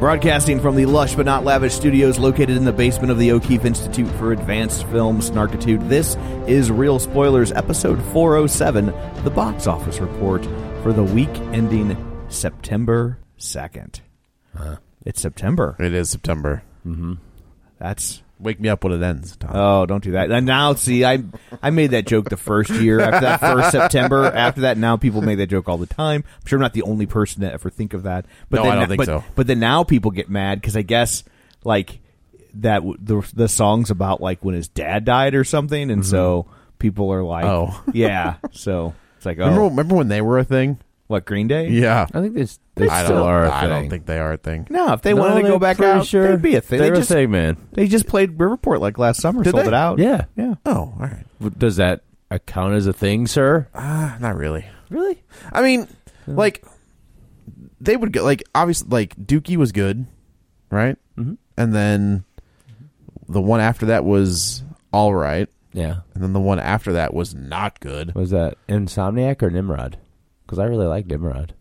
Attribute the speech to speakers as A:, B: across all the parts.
A: Broadcasting from the lush but not lavish studios located in the basement of the O'Keefe Institute for Advanced Film Snarkitude, this is Real Spoilers, episode 407, the box office report for the week ending September 2nd. It's September.
B: It is September.
A: That's.
B: Wake me up when it ends, Tom.
A: Oh, don't do that. And now, see, I I made that joke the first year after that first September. After that, now people make that joke all the time. I'm sure I'm not the only person to ever think of that. But
B: No,
A: then,
B: I don't think
A: but,
B: so.
A: But then now people get mad because I guess like that w- the the song's about like when his dad died or something, and so people are like,
B: Mm-hmm. Oh.
A: yeah. So it's like, oh,
B: remember, remember when they were a thing?
A: what Green Day?
B: Yeah.
C: I think there's they
B: I
C: still
B: don't,
C: are. a
B: I don't
C: thing.
B: think they are a thing.
A: No, if they
C: No,
A: wanted to go
C: they're
A: back
C: pretty
A: out,
C: sure.
A: they'd be a thing.
C: They're
A: They
C: a
A: just,
C: thing, man.
A: they just played Riverport like last summer,
B: Did
A: sold
B: they?
A: it out.
C: Yeah.
A: yeah.
B: Oh, all right.
C: Does that account as a thing, sir?
B: Ah, not really.
C: Really?
B: I mean, like they would go like obviously like Dookie was good, right? Mm-hmm. And then the one after that was all right,
C: Yeah.
B: and then the one after that was not good.
C: Was that Insomniac or Nimrod? Because I really like Nimrod.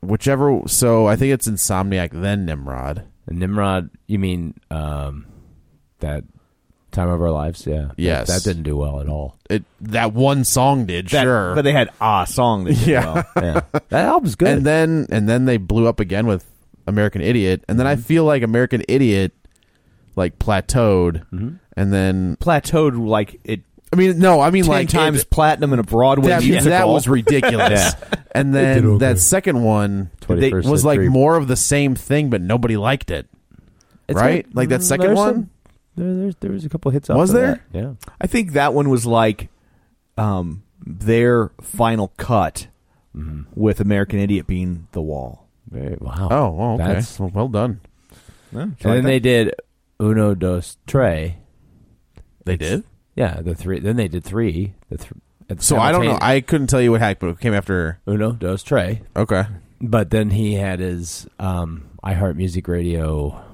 B: Whichever. So I think it's Insomniac then Nimrod.
C: And Nimrod, you mean um, that time of our lives? Yeah. That-
B: Yes.
C: That, didn't do well at all.
B: It that one song did
A: That-
B: sure,
A: But they had ah, a song that did
B: Yeah.
A: well.
C: Yeah. that album's good.
B: and then and then they blew up again with American Idiot, and then I feel like American Idiot like plateaued, and then
A: plateaued like it
B: I mean no, I mean
A: ten
B: like
A: times
B: it-
A: platinum in a Broadway
B: that,
A: musical.
B: that was ridiculous. And then that second one they-
C: 21st
B: was like
C: century.
B: more of the same thing, but nobody liked it.
C: It's Mm,
B: right? Like that second
C: there's
B: one?
C: some- there, there's, there was a couple hits.
B: Was
C: after
B: there?
C: that. Yeah.
A: I think that one was like um, their final cut with American Idiot being the wall.
C: Very, wow.
B: Mm-hmm. Oh, well, okay.
C: That's-
B: well, well done.
C: and then they did Uno Dos Tre.
B: They did.
C: Yeah, the three. Then they did three. The th- at the
B: So I don't know.
C: simultaneous-
B: I couldn't tell you what happened. It came after.
C: Uno Dos Tre.
B: Okay.
C: But then he had his um, iHeart Music Radio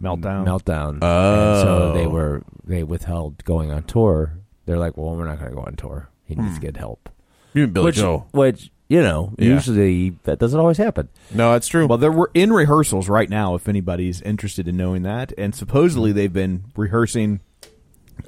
A: Meltdown.
C: meltdown.
B: Oh.
C: And so they were they withheld going on tour. They're like, well, we're not going to go on tour. He needs to get help.
B: You and Billy
C: which,
B: Joel.
C: which you know,
B: Hmm. Oh, Yeah.
C: usually that doesn't always happen.
B: No, that's true.
A: Well, they're we're in rehearsals right now. If anybody's interested in knowing that, and supposedly they've been rehearsing,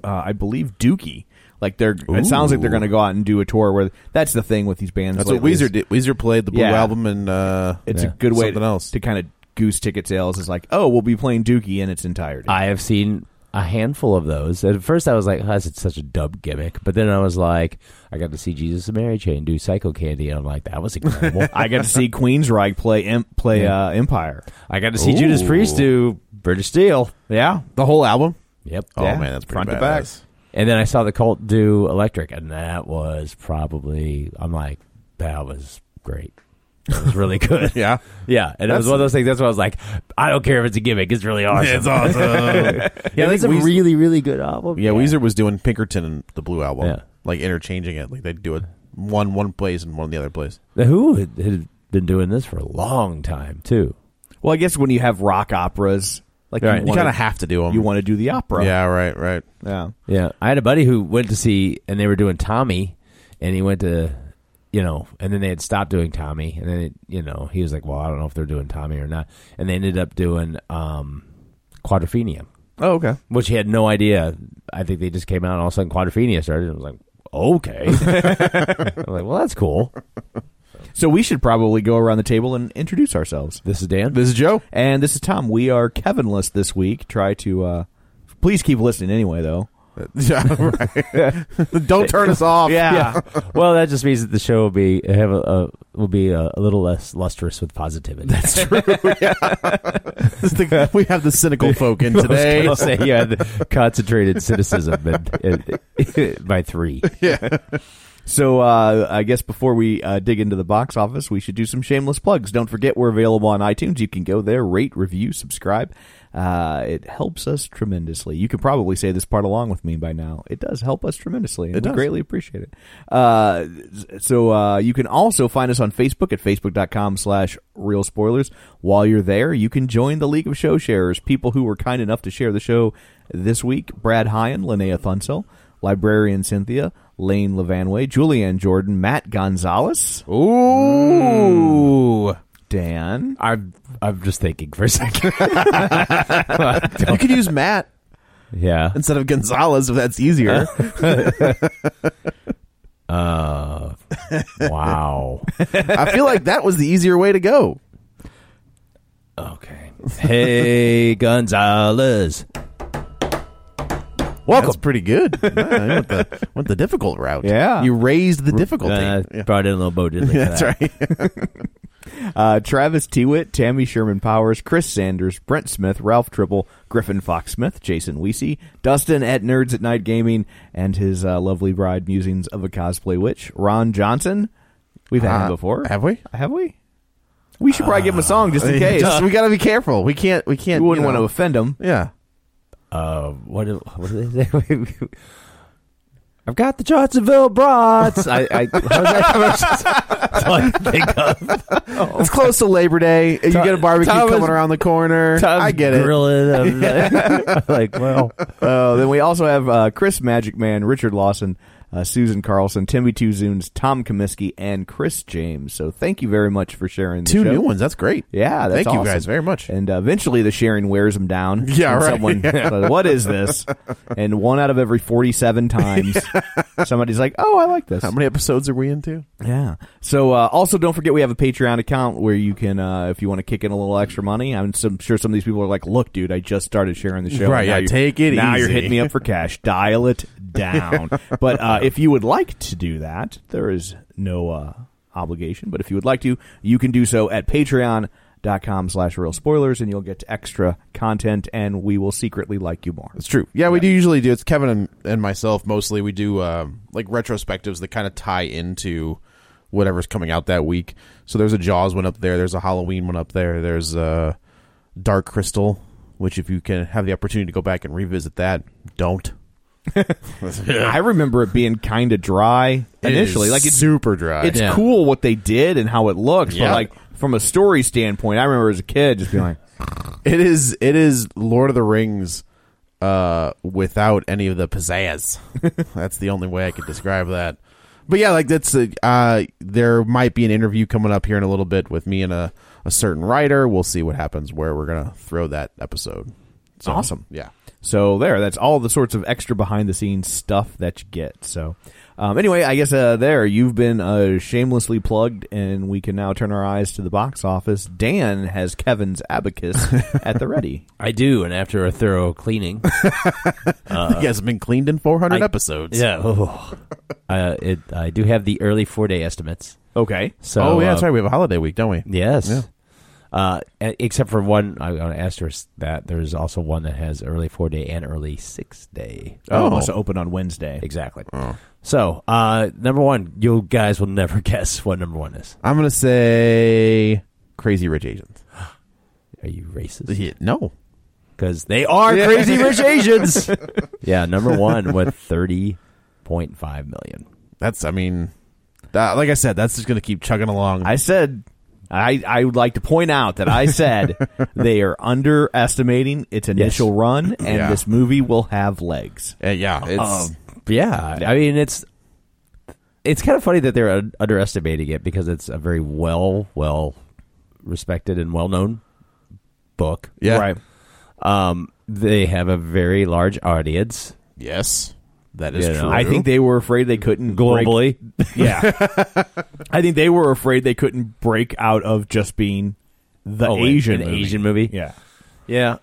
A: uh, I believe Dookie. Like they're, it sounds like they're going to go out and do a tour. Where that's the thing with these bands.
B: that's what
A: lately is-
B: Weezer did. Weezer played the Blue
A: Yeah.
B: Album and uh,
A: It's
C: Yeah.
A: a good way
B: Something
A: to,
B: else.
A: to kind of goose ticket sales. Is like, oh, we'll be playing Dookie in its entirety.
C: I have seen a handful of those. At first, I was like, oh, that's such a dumb gimmick. But then I was like, I got to see Jesus and Mary Chain do Psycho Candy, and I'm like, that was incredible.
A: I got to see Queensryche play em, play uh, Empire.
C: I got to see Judas Priest do British Steel.
A: Yeah,
B: the whole album.
C: Yep.
B: Oh
A: Yeah.
B: man, that's pretty
A: Front to back.
B: badass.
C: And then I saw the Colt do Electric, and that was probably I'm like, that was great. That was really good.
B: Yeah.
C: yeah. And it was
B: That's-
C: one of those things. That's why I was like, I don't care if it's a gimmick. It's really awesome.
B: It's awesome. yeah,
C: yeah, that's a really, really good album.
B: Yeah, Weezer was doing Pinkerton and the Blue Album,
C: Yeah.
B: like interchanging it. Like they'd do it one one place and one the other place.
C: The Who had, had been doing this for a long time too.
A: Well, I guess when you have rock operas, like you,
C: Right. You
B: You
A: want
B: kind
A: to
B: of have to do them.
A: you want to do the opera.
B: yeah, right, right.
A: yeah.
C: Yeah, I had a buddy who went to see, and they were doing Tommy, and he went to, you know, and then they had stopped doing Tommy, and then it, you know he was like, well, I don't know if they're doing Tommy or not, and they ended up doing um, Quadrophenia.
A: Oh, okay.
C: which he had no idea. I think they just came out and all of a sudden Quadrophenia started. And I was like, okay. I was like, well, that's cool.
A: So we should probably go around the table and introduce ourselves.
C: This is Dan.
B: This is Joe.
A: And this is Tom. We are Kevinless this week. Try to uh, please keep listening anyway, though.
B: yeah, right. Don't turn us off.
A: Yeah.
C: well, that just means that the show will be have a, a will be a, a little less lustrous with positivity. That's true.
B: This is the- we have the cynical folk in today.
C: I'll say you had concentrated cynicism and, and, by three.
A: So uh, I guess before we uh, dig into the box office, we should do some shameless plugs. Don't forget we're available on iTunes. You can go there, rate, review, subscribe. Uh, it helps us tremendously. You could probably say this part along with me by now. It does help us tremendously. And
B: It
A: we
B: does.
A: greatly appreciate it. Uh, so uh, you can also find us on Facebook at facebook.com slash real spoilers. While you're there, you can join the League of Show Sharers, people who were kind enough to share the show this week. Brad Hyan, Linnea Thunsell, Librarian Cynthia, Lane Levanway, Julianne Jordan, Matt Gonzalez,
C: Ooh.
A: Dan.
C: I'm I'm just thinking for a second.
B: you could use Matt
C: yeah.
B: instead of Gonzalez if that's easier.
C: Uh, wow.
B: I feel like that was the easier way to go.
C: Okay. Hey Gonzalez.
B: Welcome. That's pretty good. Yeah, you went, the, went the difficult route.
A: Yeah.
B: You raised the difficulty.
C: Uh,
B: Yeah.
C: Brought in a little Bo Diddley.
B: That's right.
A: Uh, Travis Tewitt, Tammy Sherman Powers, Chris Sanders, Brent Smith, Ralph Triple, Griffin Fox Smith, Jason Weesey, Dustin at Nerds at Night Gaming, and his uh, lovely bride, Musings of a Cosplay Witch, Ron Johnson. We've had
B: Uh,
A: him before.
B: have we? Uh,
A: Have we? We should probably give him a song just in case.
B: Just- we got to be careful. We can't. We
A: we
B: can't.
A: wouldn't
B: you
A: want to
B: know.
A: offend him.
B: Yeah.
C: Uh, what do- what do they say? I've got the Johnsonville brats. I, I, how does that that's all I think of.
B: It's close to Labor Day. You
C: Tom-
B: get a barbecue
C: Tom is-
B: coming around the corner. I get it.
C: Grilling. I'm like- like, well,
A: Uh, then we also have uh, Chris Magic Man, Richard Lawson, uh, Susan Carlson, Timmy Two Zunes, Tom Comiskey, and Chris James. So thank you very much for sharing. The
B: Two
A: show.
B: new ones. That's great.
A: Yeah, that's
B: thank you
A: awesome.
B: guys very much.
A: And uh, eventually, the sharing wears them down.
B: Yeah,
A: And
B: right.
A: Someone, says, what is this? And one out of every forty-seven times, somebody's like, "Oh, I like this."
B: How many episodes are we into?
A: Yeah. So uh, also don't forget we have a Patreon account where you can uh, if you want to kick in a little extra money. I'm some, sure some of these people are like, "Look, dude, I just started sharing the show.
B: Right,
A: Now
B: yeah,
A: you're-
B: take it
A: Now you're
B: easy."
A: hitting me up for cash. Dial it down. but uh, if you would like to do that, there is no uh, obligation. But if you would like to, you can do so at Patreon. Dot com slash real spoilers and you'll get extra content and we will secretly like you more.
B: It's true. Yeah, we do usually do. It's Kevin and, and myself mostly. We do um, like retrospectives that kind of tie into whatever's coming out that week. So there's a Jaws one up there. There's a Halloween one up there. There's a Dark Crystal, which if you can have the opportunity to go back and revisit that, don't.
A: I remember it being kind of dry initially. like it's
B: super dry.
A: it's
C: Yeah.
A: cool what they did and how it looks, but
B: Yeah.
A: like from a story standpoint, I remember as a kid just being like,
B: it is it is Lord of the Rings uh without any of the pizzazz. that's the only way I could describe that. But yeah, like that's a, uh there might be an interview coming up here in a little bit with me and a, a certain writer. We'll see what happens where we're gonna throw that episode. So,
A: Awesome.
B: Yeah.
A: so there, that's all the sorts of extra behind the scenes stuff that you get. So, um, anyway, I guess uh, there you've been uh, shamelessly plugged, and we can now turn our eyes to the box office. Dan has Kevin's abacus at the ready.
C: I do. And after a thorough cleaning,
B: you guys have been cleaned in four hundred
C: Uh, I-
B: episodes.
C: yeah, oh, uh, it, I do have the early four day estimates.
A: Okay,
C: So,
B: oh yeah,
C: uh,
B: that's right. We have a holiday week, don't we?
C: Yes.
B: Yeah.
C: Uh, e- except for one, I, I asked her that there's also one that has early four day and early six day.
A: oh,
B: Oh.
A: it must have opened on Wednesday.
C: Exactly. So, uh, number one, you guys will never guess what number one is.
B: I'm gonna say Crazy Rich Asians.
C: Are you racist?
B: Yeah, no.
C: Because they are crazy rich Asians. yeah, number one with thirty point five million.
B: That's I mean that, like I said, that's just gonna keep chugging along.
A: I said. I, I would like to point out that I said they are underestimating its initial run, and
B: Yeah.
A: this movie will have legs.
B: Uh, yeah, it's
C: Um, Yeah, I mean it's it's kind of funny that they're un- underestimating it because it's a very well well respected and well known book.
B: yeah.
A: Right.
C: Um, they have a very large audience.
B: Yes, that is
C: You know,
B: true.
A: I think they were afraid they couldn't break-
C: Globally,
A: yeah, I think they were afraid they couldn't break out of just being the
C: Oh, wait,
A: Asian
C: an
A: movie.
C: Asian movie.
A: Yeah,
C: yeah,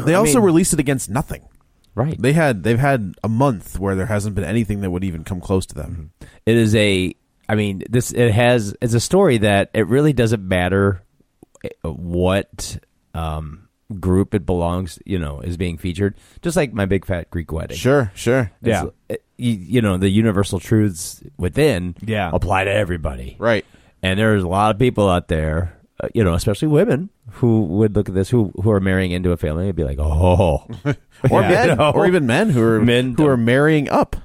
B: they also released it against nothing.
C: right.
B: They had they've had a month where there hasn't been anything that would even come close to them.
C: it is a i mean this it has it's a story that it really doesn't matter eh, what um group it belongs you know is being featured just like my big fat greek wedding
B: Sure, sure.
C: It's-
A: Yeah.
C: it, you, you know the universal truths within
A: Yeah.
C: apply to everybody
B: Right.
C: and there's a lot of people out there, uh, you know, especially women who would look at this, who who are marrying into a family and be like, oh,
B: Or
C: Yeah.
B: men,
C: You know?
B: or even men who are
C: Men
B: who
C: don't-
B: are marrying up.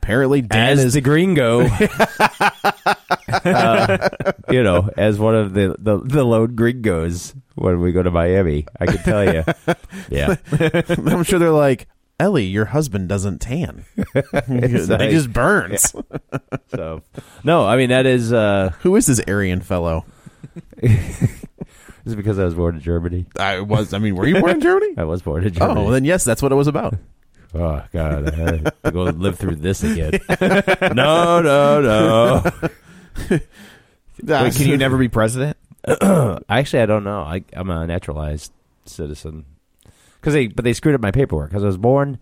B: Apparently, Dan
C: as
B: is
C: the gringo, Uh, you know, as one of the the, the lone gringos when we go to Miami, I can tell you, yeah,
B: I'm sure they're like, Ellie, your husband doesn't tan. he
C: like-
B: just burns.
C: so no, I mean that is uh,
B: Who is this Aryan fellow?
C: is because I was born in Germany.
B: I was. I mean, were you born in Germany?
C: I was born in Germany.
B: oh, then yes, that's what it was about.
C: Oh God, I had to go live through this again. no, no, no.
A: Wait, can you never be president?
C: Actually, I don't know. I, I'm a naturalized citizen. Cause they, but they screwed up my paperwork because I was born.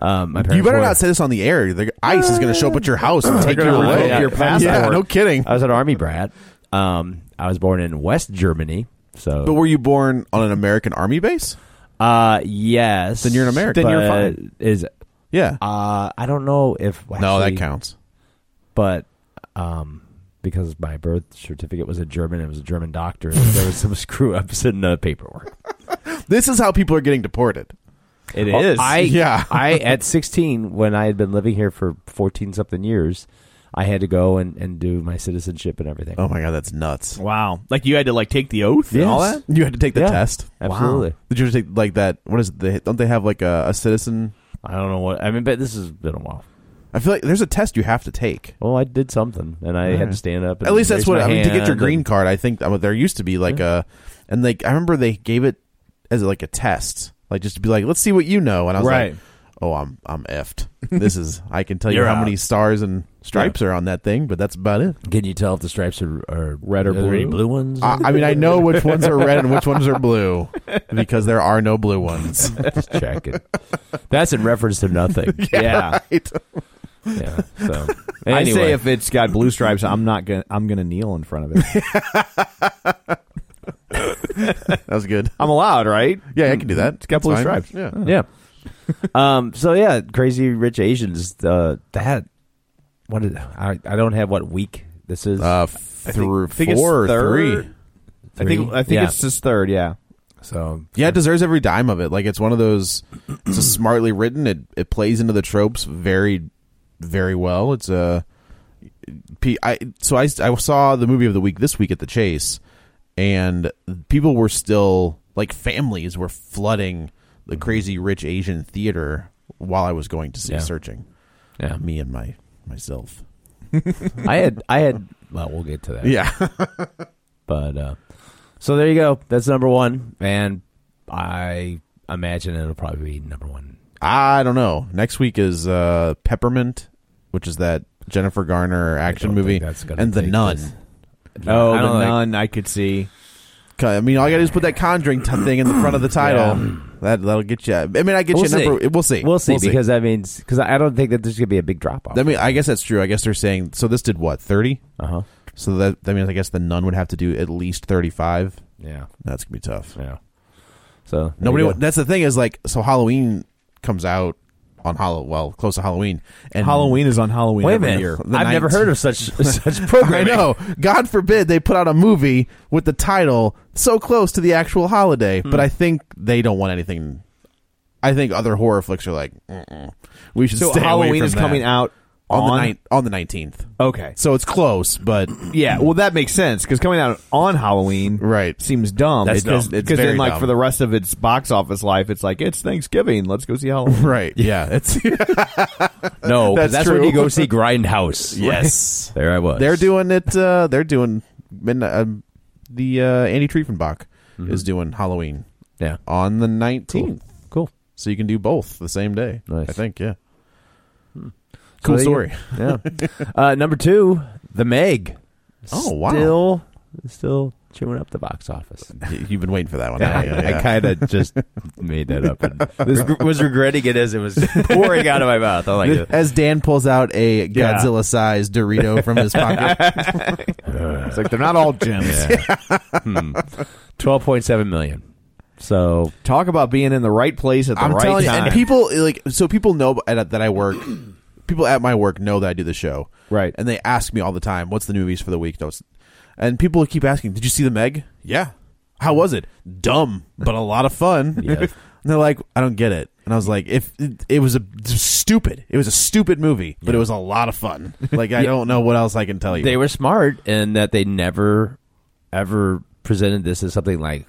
C: Um, my
B: You
C: parents
B: better
C: were-
B: not say this on the air. The ICE is going to show up at your house and take your,
C: gonna
B: away.
C: revoke your
B: Yeah,
C: passport.
B: no kidding.
C: I was an army brat. Um, I was born in West Germany. So,
B: But were you born on an American army base?
C: uh, yes.
B: Then you're Uh, an American.
C: But
B: Then you're fine.
C: Is
B: Yeah.
C: uh, I don't know if
B: no, that
C: actually-
B: counts.
C: But um, because my birth certificate was in German, it was a German doctor. there was some screw ups in the paperwork.
B: This is how people are getting deported.
C: It is.
A: is.
C: I
B: Yeah.
C: I at 16 when I had been living here for 14 something years, I had to go and, and do my citizenship and everything.
B: Oh my god, that's nuts.
A: Wow. Like you had to like take the oath and all
C: Yes.
A: that?
B: You had to take the
C: Yeah,
B: test.
C: absolutely.
B: Wow. Did you have to take like that? What is it? They, don't they have like a, a citizen?
C: I don't know what I mean, but this has been a while.
B: I feel like there's a test you have to take.
C: Well, I did something, and I had to stand up. And
B: At least that's
C: raise
B: what
C: my
B: I mean. To get your
C: hand
B: green
C: and-
B: card, I think I mean, there used to be like a, and like I remember they gave it as like a test, like just to be like, let's see what you know. And I was
A: Right.
B: like, oh, I'm I'm effed. This is I can tell you
A: You're
B: how
A: out.
B: many stars and stripes are on that thing, but that's about it.
C: Can you tell if the stripes are, are
A: Red or
C: are there any
A: blue?
C: blue ones?
B: I, I mean, I know which ones are red and which ones are blue because there are no blue ones.
C: Just check it. That's in reference to nothing.
A: Yeah.
B: Right.
C: yeah. So
A: I
C: anyway,
A: say if it's got blue stripes, I'm not gonna I'm gonna kneel in front of it.
B: That was good.
A: I'm allowed, right?
B: Yeah, I can do that. It's
A: got blue stripes.
B: Yeah.
C: yeah. um. So yeah, crazy rich Asians. Uh, that what is, I I don't have what week this is.
B: Uh, through
A: think it's
B: four, or
A: third.
B: three.
A: I think
C: Three?
A: I think
C: Yeah.
A: it's his third, yeah.
C: so
B: Yeah, it deserves every dime of it. Like it's one of those. It's a smartly written. It it plays into the tropes very, very well. It's a. P- I so I I saw the movie of the week this week at the Chase, and people were still like families were flooding the crazy rich Asian theater while I was going to see
C: Yeah.
B: searching.
C: yeah.
B: Me and my myself.
C: I had I had. Well, we'll get to that.
B: Yeah,
C: But uh, so there you go. That's number one, and I imagine it'll probably be number one.
B: I don't know. Next week is uh Peppermint, which is that Jennifer Garner action
C: don't
B: movie,
C: think that's gonna
B: and The
C: take
B: Nun.
C: this.
A: Oh,
C: I
A: the
C: don't like-
A: nun I could see.
B: Cut. I mean, all you gotta do is put that Conjuring t- thing in the front of the title. That that'll get you. I mean, I get
C: We'll
B: you. a Number,
C: see.
B: we'll see.
C: We'll see because that means because I don't think that there's gonna be a big drop off.
B: I mean, I guess that's true. I guess they're saying so. This did what thirty.
C: Uh huh.
B: So that that means I guess the nun would have to do at least thirty five.
C: Yeah.
B: That's gonna be tough.
C: Yeah. So there
B: Nobody.
C: you
B: wa-
C: go.
B: That's the thing is like so Halloween comes out on Halloween. Well, close to Halloween and
A: Halloween is on Halloween
C: Wait a
A: every
C: minute.
A: year.
C: I've
B: The
C: never
B: ninth.
C: heard of such such
B: I
C: programming.
B: know. God forbid they put out a movie with the title so close to the actual holiday,
A: Hmm.
B: but I think they don't want anything. I think other horror flicks are like, Mm-mm. we should.
A: So
B: stay away
A: Halloween
B: from
A: is
B: that.
A: coming out
B: on,
A: on
B: the ninth on the nineteenth.
A: Okay.
B: So it's close, but
A: Yeah, well, that makes sense because coming out on Halloween,
B: Right.
A: seems dumb.
B: That's
A: because
B: dumb. It's
A: because
B: very
A: then, like
B: dumb.
A: for the rest of its box office life, it's like it's Thanksgiving. Let's go see Halloween.
B: right. Yeah, it's
C: No, 'cause
B: That's
C: that's, when
B: true.
C: you go see Grindhouse.
B: yes.
C: There I was.
B: They're doing it. Uh, they're doing midnight, um, the uh, Andy Triefenbach is doing Halloween
C: Mm-hmm. Yeah.
B: on the nineteenth,
C: Cool.
B: so you can do both the same day.
C: Nice. Hmm.
B: I think. Yeah.
C: So
B: Cool
C: there
B: story.
C: you go. Yeah. uh, number two, The Meg.
B: Oh, wow.
C: Still, still chewing up the box office.
B: You've been waiting for that one.
C: I,
B: haven't you? Yeah.
C: kind of just made that up and was, was regretting it as it was pouring out of my mouth. I'm like,
B: As Dan pulls out a Godzilla-sized Dorito from his pocket,
A: It's like they're not all gems.
C: twelve point seven million. So
A: Talk about being in the right place at the
B: I'm
A: right
B: telling you,
A: time.
B: and people like so people know at- that I work people at my work know that I do the show,
C: Right.
B: And they ask me all the time, "What's the new movies for the week?" No, it's- and people keep asking, "Did you see the Meg?" Yeah. How was it? Dumb, but a lot of fun.
C: Yeah.
B: and they're like, "I don't get it." And I was like, "If it, it was a stupid, it was a stupid movie, but it was a lot of fun." Like I don't know what else I can tell you.
C: They were smart in that they never ever presented this as something like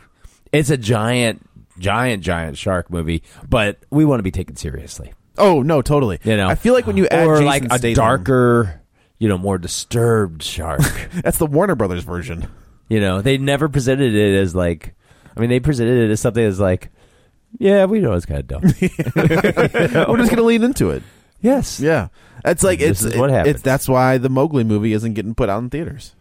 C: it's a giant, giant, giant shark movie, but we want to be taken seriously.
B: oh no, totally.
C: You know,
B: I feel like when you add
C: or
B: Jason
C: like a
B: Statham-
C: darker, you know, more disturbed shark.
B: that's the Warner Brothers version.
C: You know, they never presented it as like. I mean, they presented it as something as like, yeah, we know it's kind of dumb.
B: We're just gonna lean into it.
C: yes.
B: Yeah, it's like
C: This
B: it's
C: is what
B: it-
C: happens.
B: It's, that's why the Mowgli movie isn't getting put out in theaters.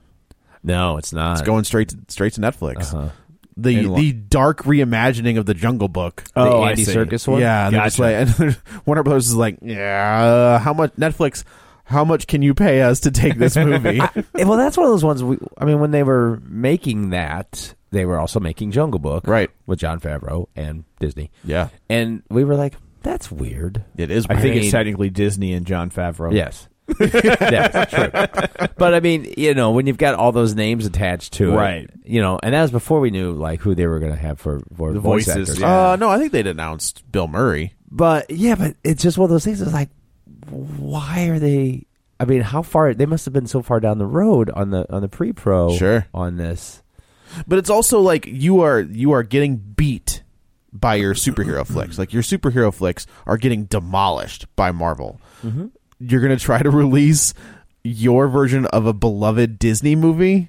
C: No, it's not.
B: It's going straight to, straight to Netflix.
C: Uh-huh.
B: The
C: And lo-
B: the dark reimagining of the Jungle Book.
C: The Oh, I Andy see. Serkis one?
B: Yeah, and they're just like
C: Gotcha.
B: and they're- Warner Brothers is like, yeah, uh, how much Netflix? How much can you pay us to take this movie?
C: Eh, well, that's one of those ones. We, I mean, when they were making that, they were also making Jungle Book,
B: Right.
C: with John Favreau and Disney.
B: yeah,
C: And we were like, that's weird.
B: it is.
A: I think
B: weird.
A: it's technically Disney and John Favreau.
C: Yes. yes, true. But I mean, you know, when you've got all those names attached to it,
A: Right.
C: You know, and that was before we knew like who they were going to have for, for the voice
A: voices,
C: actors.
A: yeah.
B: Uh, no, I think they'd announced Bill Murray.
C: But yeah, but it's just one of those things. It's like, why are they? I mean, how far they must have been so far down the road on the on the pre pro
B: Sure.
C: on this.
B: but it's also like you are you are getting beat by your superhero flicks like your superhero flicks are getting demolished by marvel
A: Mm-hmm.
B: you're gonna try to release your version of a beloved disney movie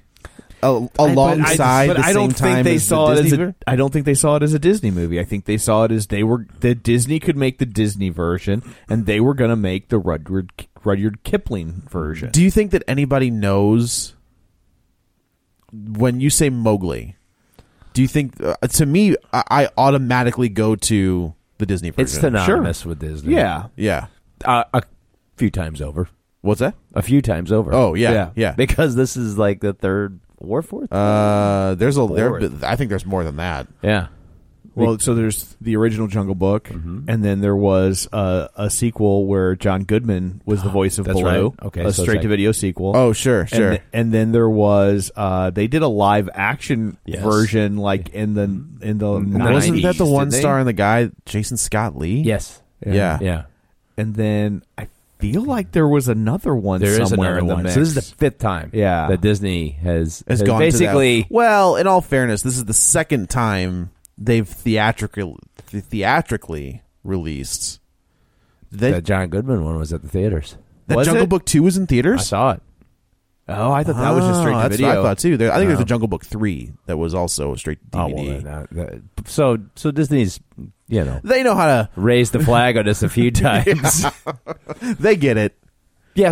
B: a- alongside
A: but
B: the
A: I
B: same
A: don't
B: time
A: think they
B: as
A: saw
B: the
A: it
B: Disney
A: as
B: ver-
A: a, I don't think they saw it as a Disney movie. I think they saw it as they were that Disney could make the Disney version, and they were going to make the Rudyard Rudyard Kipling version.
B: do you think that anybody knows when you say mowgli do you think uh, to me I, I automatically go to the disney version
C: It's synonymous with Disney.
A: yeah,
B: yeah
C: uh, a few times over.
B: what's that
C: A few times over.
B: oh yeah yeah,
C: Because this is like the third or fourth.
B: Uh, there's a there,
C: Bored.
B: I think there's more than that.
C: yeah.
A: Well, so there's the original Jungle Book, and then there was uh, a sequel where John Goodman was the voice of
C: That's
A: Baloo.
C: right. Okay, so
A: a
C: it's like-
A: straight to video sequel.
B: Oh, sure,
A: And
B: sure.
A: th- and then there was uh, they did a live action
C: Yes.
A: version, like in the in the
B: Wasn't
A: 90s,
B: that the
A: didn't
B: one
A: they?
B: star and the guy Jason Scott Lee?
C: Yes.
B: yeah.
C: Yeah.
A: And then I feel like there was another one
C: There is
A: somewhere
C: another
A: in the
C: one.
A: mix.
C: So this is the fifth time.
A: Yeah.
C: That Disney has,
B: Has gone to that-
C: basically.
B: Well, in all fairness, this is the second time they've theatrically th- theatrically released. They,
C: that John Goodman one was at the theaters.
B: that
A: was
B: Jungle
A: it?
B: Book two is in
C: I
B: theaters.
C: saw it.
A: oh, I thought that was just
B: Oh,
A: straight to
B: that's
A: video.
B: What I thought too. There, I think there's
C: Oh.
B: a Jungle Book three that was also straight to
C: Oh,
B: DVD.
C: well, then, uh, that- so so Disney's you know
B: they know how to.
C: raised the flag on us a few times. yeah.
B: They get it.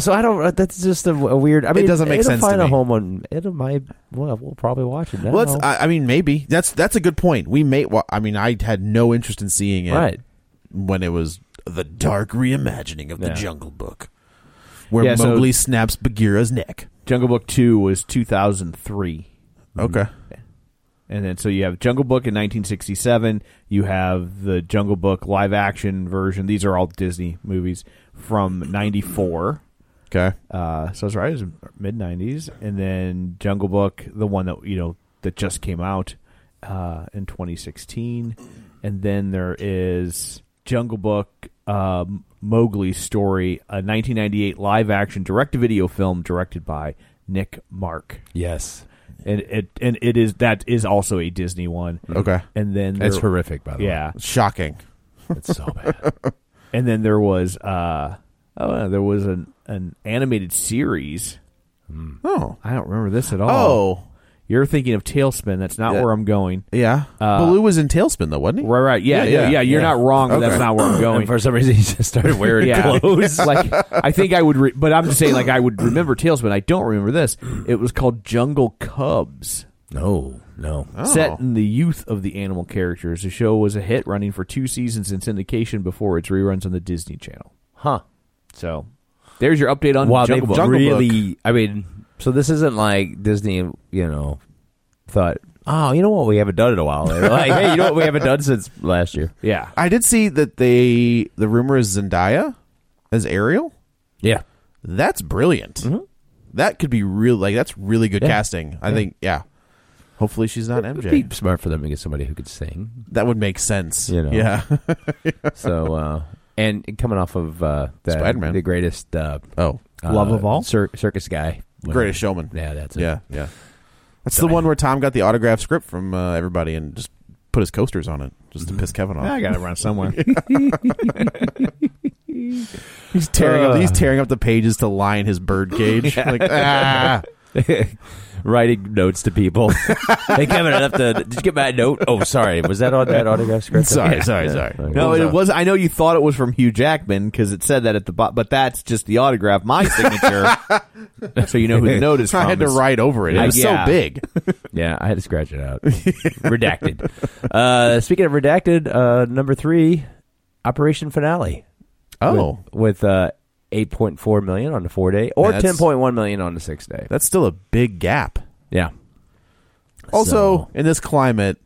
C: so I don't. uh, That's just a, a weird. I mean,
B: doesn't make
C: it'll
B: sense to
C: Find a
B: me.
C: home on it'll might. Well, we'll probably watch it. I don't
B: Well, that's,
C: know.
B: I, I mean, maybe that's that's a good point. We may. Well, I mean, I had no interest in seeing it.
C: right.
B: when it was the dark reimagining of
C: Yeah.
B: the Jungle Book, where
A: Yeah, so-
B: Mowgli snaps Bagheera's neck.
A: Jungle Book Two was 2003,
B: Okay,
A: and then so you have Jungle Book in 1967. You have the Jungle Book live action version. These are all Disney movies from '94.
B: okay,
A: Uh, so that's right, it was mid '90s, and then Jungle Book, the one that you know that just came out uh, in 2016, and then there is Jungle Book um, Mowgli's story, a 1998 live-action direct-to-video film directed by Nick Mark,
C: Yes.
A: and it and it is that is also a Disney one.
B: okay,
A: And then
C: It's
A: there-
C: horrific, by the way.
A: Yeah,
B: Mm-hmm. shocking.
C: It's so bad.
A: and then there was uh, oh, there was an an animated series.
B: Oh,
A: I don't remember this at all.
B: oh,
A: You're thinking of Tailspin. That's not
B: Yeah.
A: where I'm going.
B: yeah. Baloo was in Tailspin though, wasn't he?
A: Right, right. Yeah,
B: Yeah,
A: yeah,
B: yeah,
A: yeah. you're
B: yeah.
A: not wrong, but that's
B: Okay.
A: not where I'm
C: and
A: going.
C: for some reason, he just started wearing
A: yeah.
C: clothes.
A: like I think I would, re- but I'm just saying, like I would remember Tailspin. I don't remember this. It was called Jungle Cubs, Oh.
C: No, no.
A: set in the youth of the animal characters. The show was a hit, running for two seasons in syndication before its reruns on the Disney Channel.
C: Huh.
A: So, there's your update on
C: Wow,
A: Jungle
C: they've
A: Book.
C: really. I mean, so this isn't like Disney. You know, thought. Oh, you know what? We haven't done in a while. They're like, hey, you know what? We haven't done since last year.
A: yeah.
B: I did see that they. The rumor is Zendaya as Ariel.
C: Yeah.
B: That's brilliant. That could be real. Like that's really good
C: Yeah.
B: casting. I think. Yeah. Hopefully she's not MJ.
C: It'd be smart for them to get somebody who could sing.
B: That would make sense.
C: You know.
B: Yeah.
C: So, uh, and coming off of uh, the,
B: Spider-Man.
C: the greatest uh,
B: oh,
C: uh,
A: Love of all?
C: cir- circus guy,
B: greatest showman.
C: Yeah, that's it.
B: Yeah, yeah. That's the one where Tom got the autograph script from uh, everybody and just put his coasters on it just to piss Kevin off.
A: I got it around somewhere.
B: He's tearing up. He's tearing up the pages to line his bird cage. Like ah,
C: Writing notes to people. hey Kevin, I left the. Did you get my note? Oh, sorry. Was that on that autograph script?
B: Sorry,
C: Yeah.
B: sorry,
C: Yeah.
B: sorry.
C: Okay.
D: No, it was. I know you thought it was from Hugh Jackman because it said that at the bottom, but that's just the autograph, my signature. so you know who the note is from.
B: I had to
D: It's-
B: write over it. It
C: I-
B: was
C: yeah.
B: so big.
C: Yeah, I had to scratch it out. redacted. Uh, speaking of redacted, uh, number three, Operation Finale.
B: Oh,
C: with, with uh, eight point four million on the four day, or
B: That's-
C: ten point one million on the six day.
B: that's still a big gap.
C: Yeah,
B: Also,
C: So-
B: in this climate,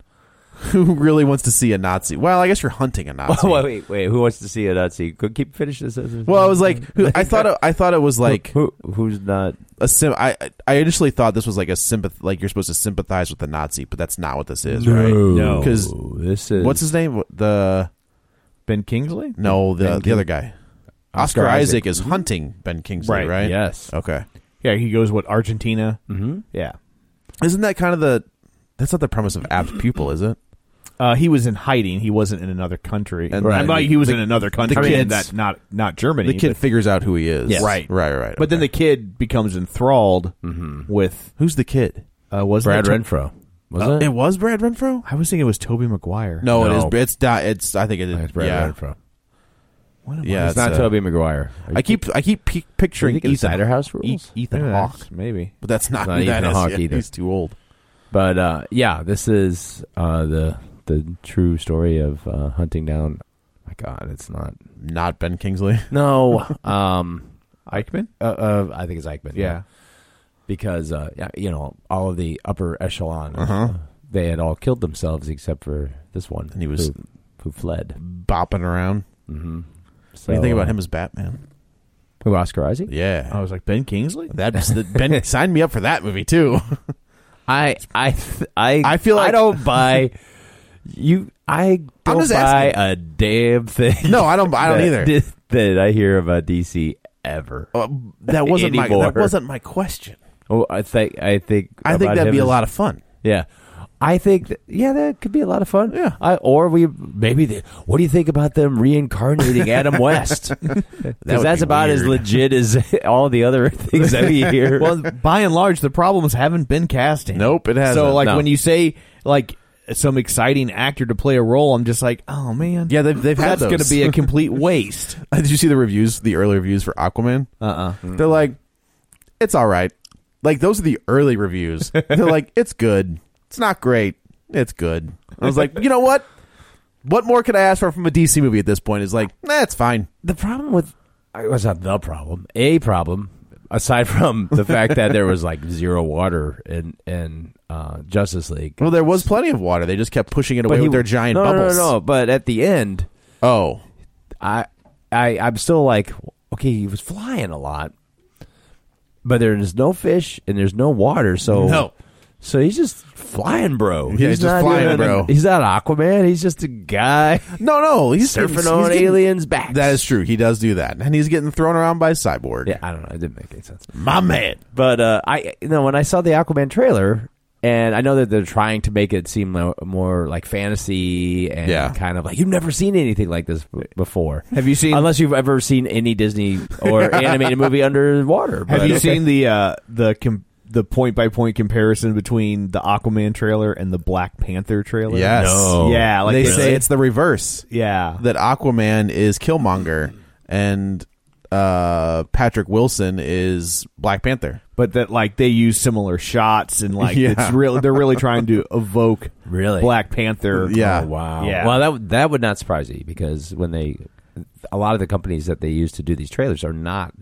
B: who really wants to see a Nazi? Well, I guess you're hunting a Nazi.
C: wait, wait, wait. Who wants to see it? Nazi? Go- Keep finish this.
B: Well, I was like, who- I thought it, I thought it was like
C: who, who's not?
B: a sim. I I initially thought this was like a sympath. Like you're supposed to sympathize with the Nazi, but that's not what this is, right? because
C: this is
B: what's his name? The
A: ben Kingsley?
B: no, the
A: Ben
B: the other guy, Oscar,
C: Oscar
B: Isaac,
C: Isaac.
B: is hunting Ben Kingsley, right?
A: Right,
C: yes.
B: Okay.
A: Yeah, he goes what Argentina? Mm-hmm. Yeah,
B: Isn't that kind of the? That's not the premise of apt pupil, is it?
A: uh, he was in hiding. He wasn't in another country.
B: And-
A: I mean, he was
B: The-
A: in another country.
B: the
A: I mean,
B: kids-
A: that not not Germany.
B: The kid
A: but,
B: figures out who he is,
A: Yes. Right.
B: Right, right.
A: but then
B: okay.
A: the kid becomes enthralled
B: Mm-hmm.
A: with
B: who's the kid?
A: uh, was
C: Brad Renfro? Was
B: Uh,
C: it?
B: it was Brad Renfro.
A: I was thinking it was Toby Maguire.
B: No,
C: No.
B: it is. It's di- It's. I think it is.
C: It's Brad
B: yeah.
C: Renfro.
A: What am I-
B: Yeah,
C: It's, not
B: uh,
C: Toby McGuire.
B: I keep. I keep pe- picturing
C: thinking of
B: Ethan
C: Cider House
B: E-
C: Rules?
B: Ethan
A: Maybe that's-
B: Hawke,
A: Maybe.
B: but that's not,
C: Not
B: who
C: Ethan
B: that is
C: Hawke
B: yet.
C: either.
B: He's too old.
C: But uh, yeah, this is uh, the the true story of uh, hunting down. My God, it's not.
B: Not Ben Kingsley.
C: No, um,
A: Eichmann?
C: uh, uh, I think it's Eichmann.
A: Yeah.
C: because uh, yeah, you know all of the upper echelon,
B: Uh-huh.
C: uh, they had all killed themselves except for this one,
B: And he was-
C: who, who fled.
B: Bopping around.
C: So,
B: What do you think about
C: uh,
B: him as Batman?
C: Who Oscar Isaac?
B: Oh. Yeah.
A: I was like Ben Kingsley.
B: That's the Ben signed me up for that movie too.
C: I I th- I
B: I feel like-
C: I don't buy you. I don't
B: just
C: buy
B: asking.
C: a damn thing.
B: No, I don't. I don't
C: that-
B: either.
C: That, I hear about DC ever.
B: Uh, that wasn't my.
C: Anymore.
B: That wasn't my question.
C: Oh, I think I think
B: I think
C: about
B: that'd
C: him
B: be a
C: as-
B: lot of fun.
C: Yeah. I think that, yeah, that could be a lot of fun.
B: Yeah.
C: I, or we maybe the, what do you think about them reincarnating Adam West? Because
B: would
C: that's
B: be
C: about as
B: weird.
C: legit as all the other things that we hear.
A: well, by and large, the problems haven't been casting.
B: Nope, it hasn't.
A: So, like
C: No.
A: when you say like some exciting actor to play a role, I'm just like, oh man,
B: Yeah, they've they've had
A: that's going to
B: those.
A: be a complete waste.
B: Did you see the reviews? The early reviews for Aquaman.
A: Uh-uh.
B: They're like, it's all right. Like those are the early reviews. They're like, it's good. It's not great. It's good. I was like, you know what? What more could I ask for from a DC movie at this point? It's like, nah, it's fine.
C: the problem with it was not the problem a problem aside from the fact that there was like zero water in in uh, Justice League.
B: Well, there was plenty of water. They just kept pushing it away with their giant
C: no,
B: bubbles.
C: No, no, no. But at the end,
B: Oh,
C: I I I'm still like okay, he was flying a lot, but there's no fish and there's no water, so
B: No.
C: So he's just flying, bro.
B: Yeah, he's just
C: not
B: flying,
C: even-
B: bro.
C: He's not Aquaman. He's just a guy
B: no, no. He's
C: surfing
B: he's
C: on
B: getting-
C: aliens' backs.
B: That is true. He does do that, and he's getting thrown around by Cyborg.
C: Yeah, I don't know. It didn't make any sense.
B: my man.
C: But uh, I, you know, when I saw the Aquaman trailer, and I know that they're trying to make it seem mo- more like fantasy and
B: Yeah.
C: kind of like you've never seen anything like this b- before.
A: Have you seen-
C: Unless you've ever seen any Disney or animated movie underwater.
A: Have
C: but-
A: you seen the uh, the com- the point by point comparison between the Aquaman trailer and the Black Panther trailer?
B: Yes.
C: No.
A: Yeah, like
B: they
A: they-
B: say it's the reverse.
A: Yeah.
B: that Aquaman is Killmonger and uh, Patrick Wilson is Black Panther.
A: but that like they use similar shots and like
B: Yeah.
A: it's really they're really trying to evoke
C: Really?
A: Black Panther.
B: Yeah.
C: Oh, wow.
A: Yeah.
C: Well, that that would not surprise me because when they, a lot of the companies that they use to do these trailers are not,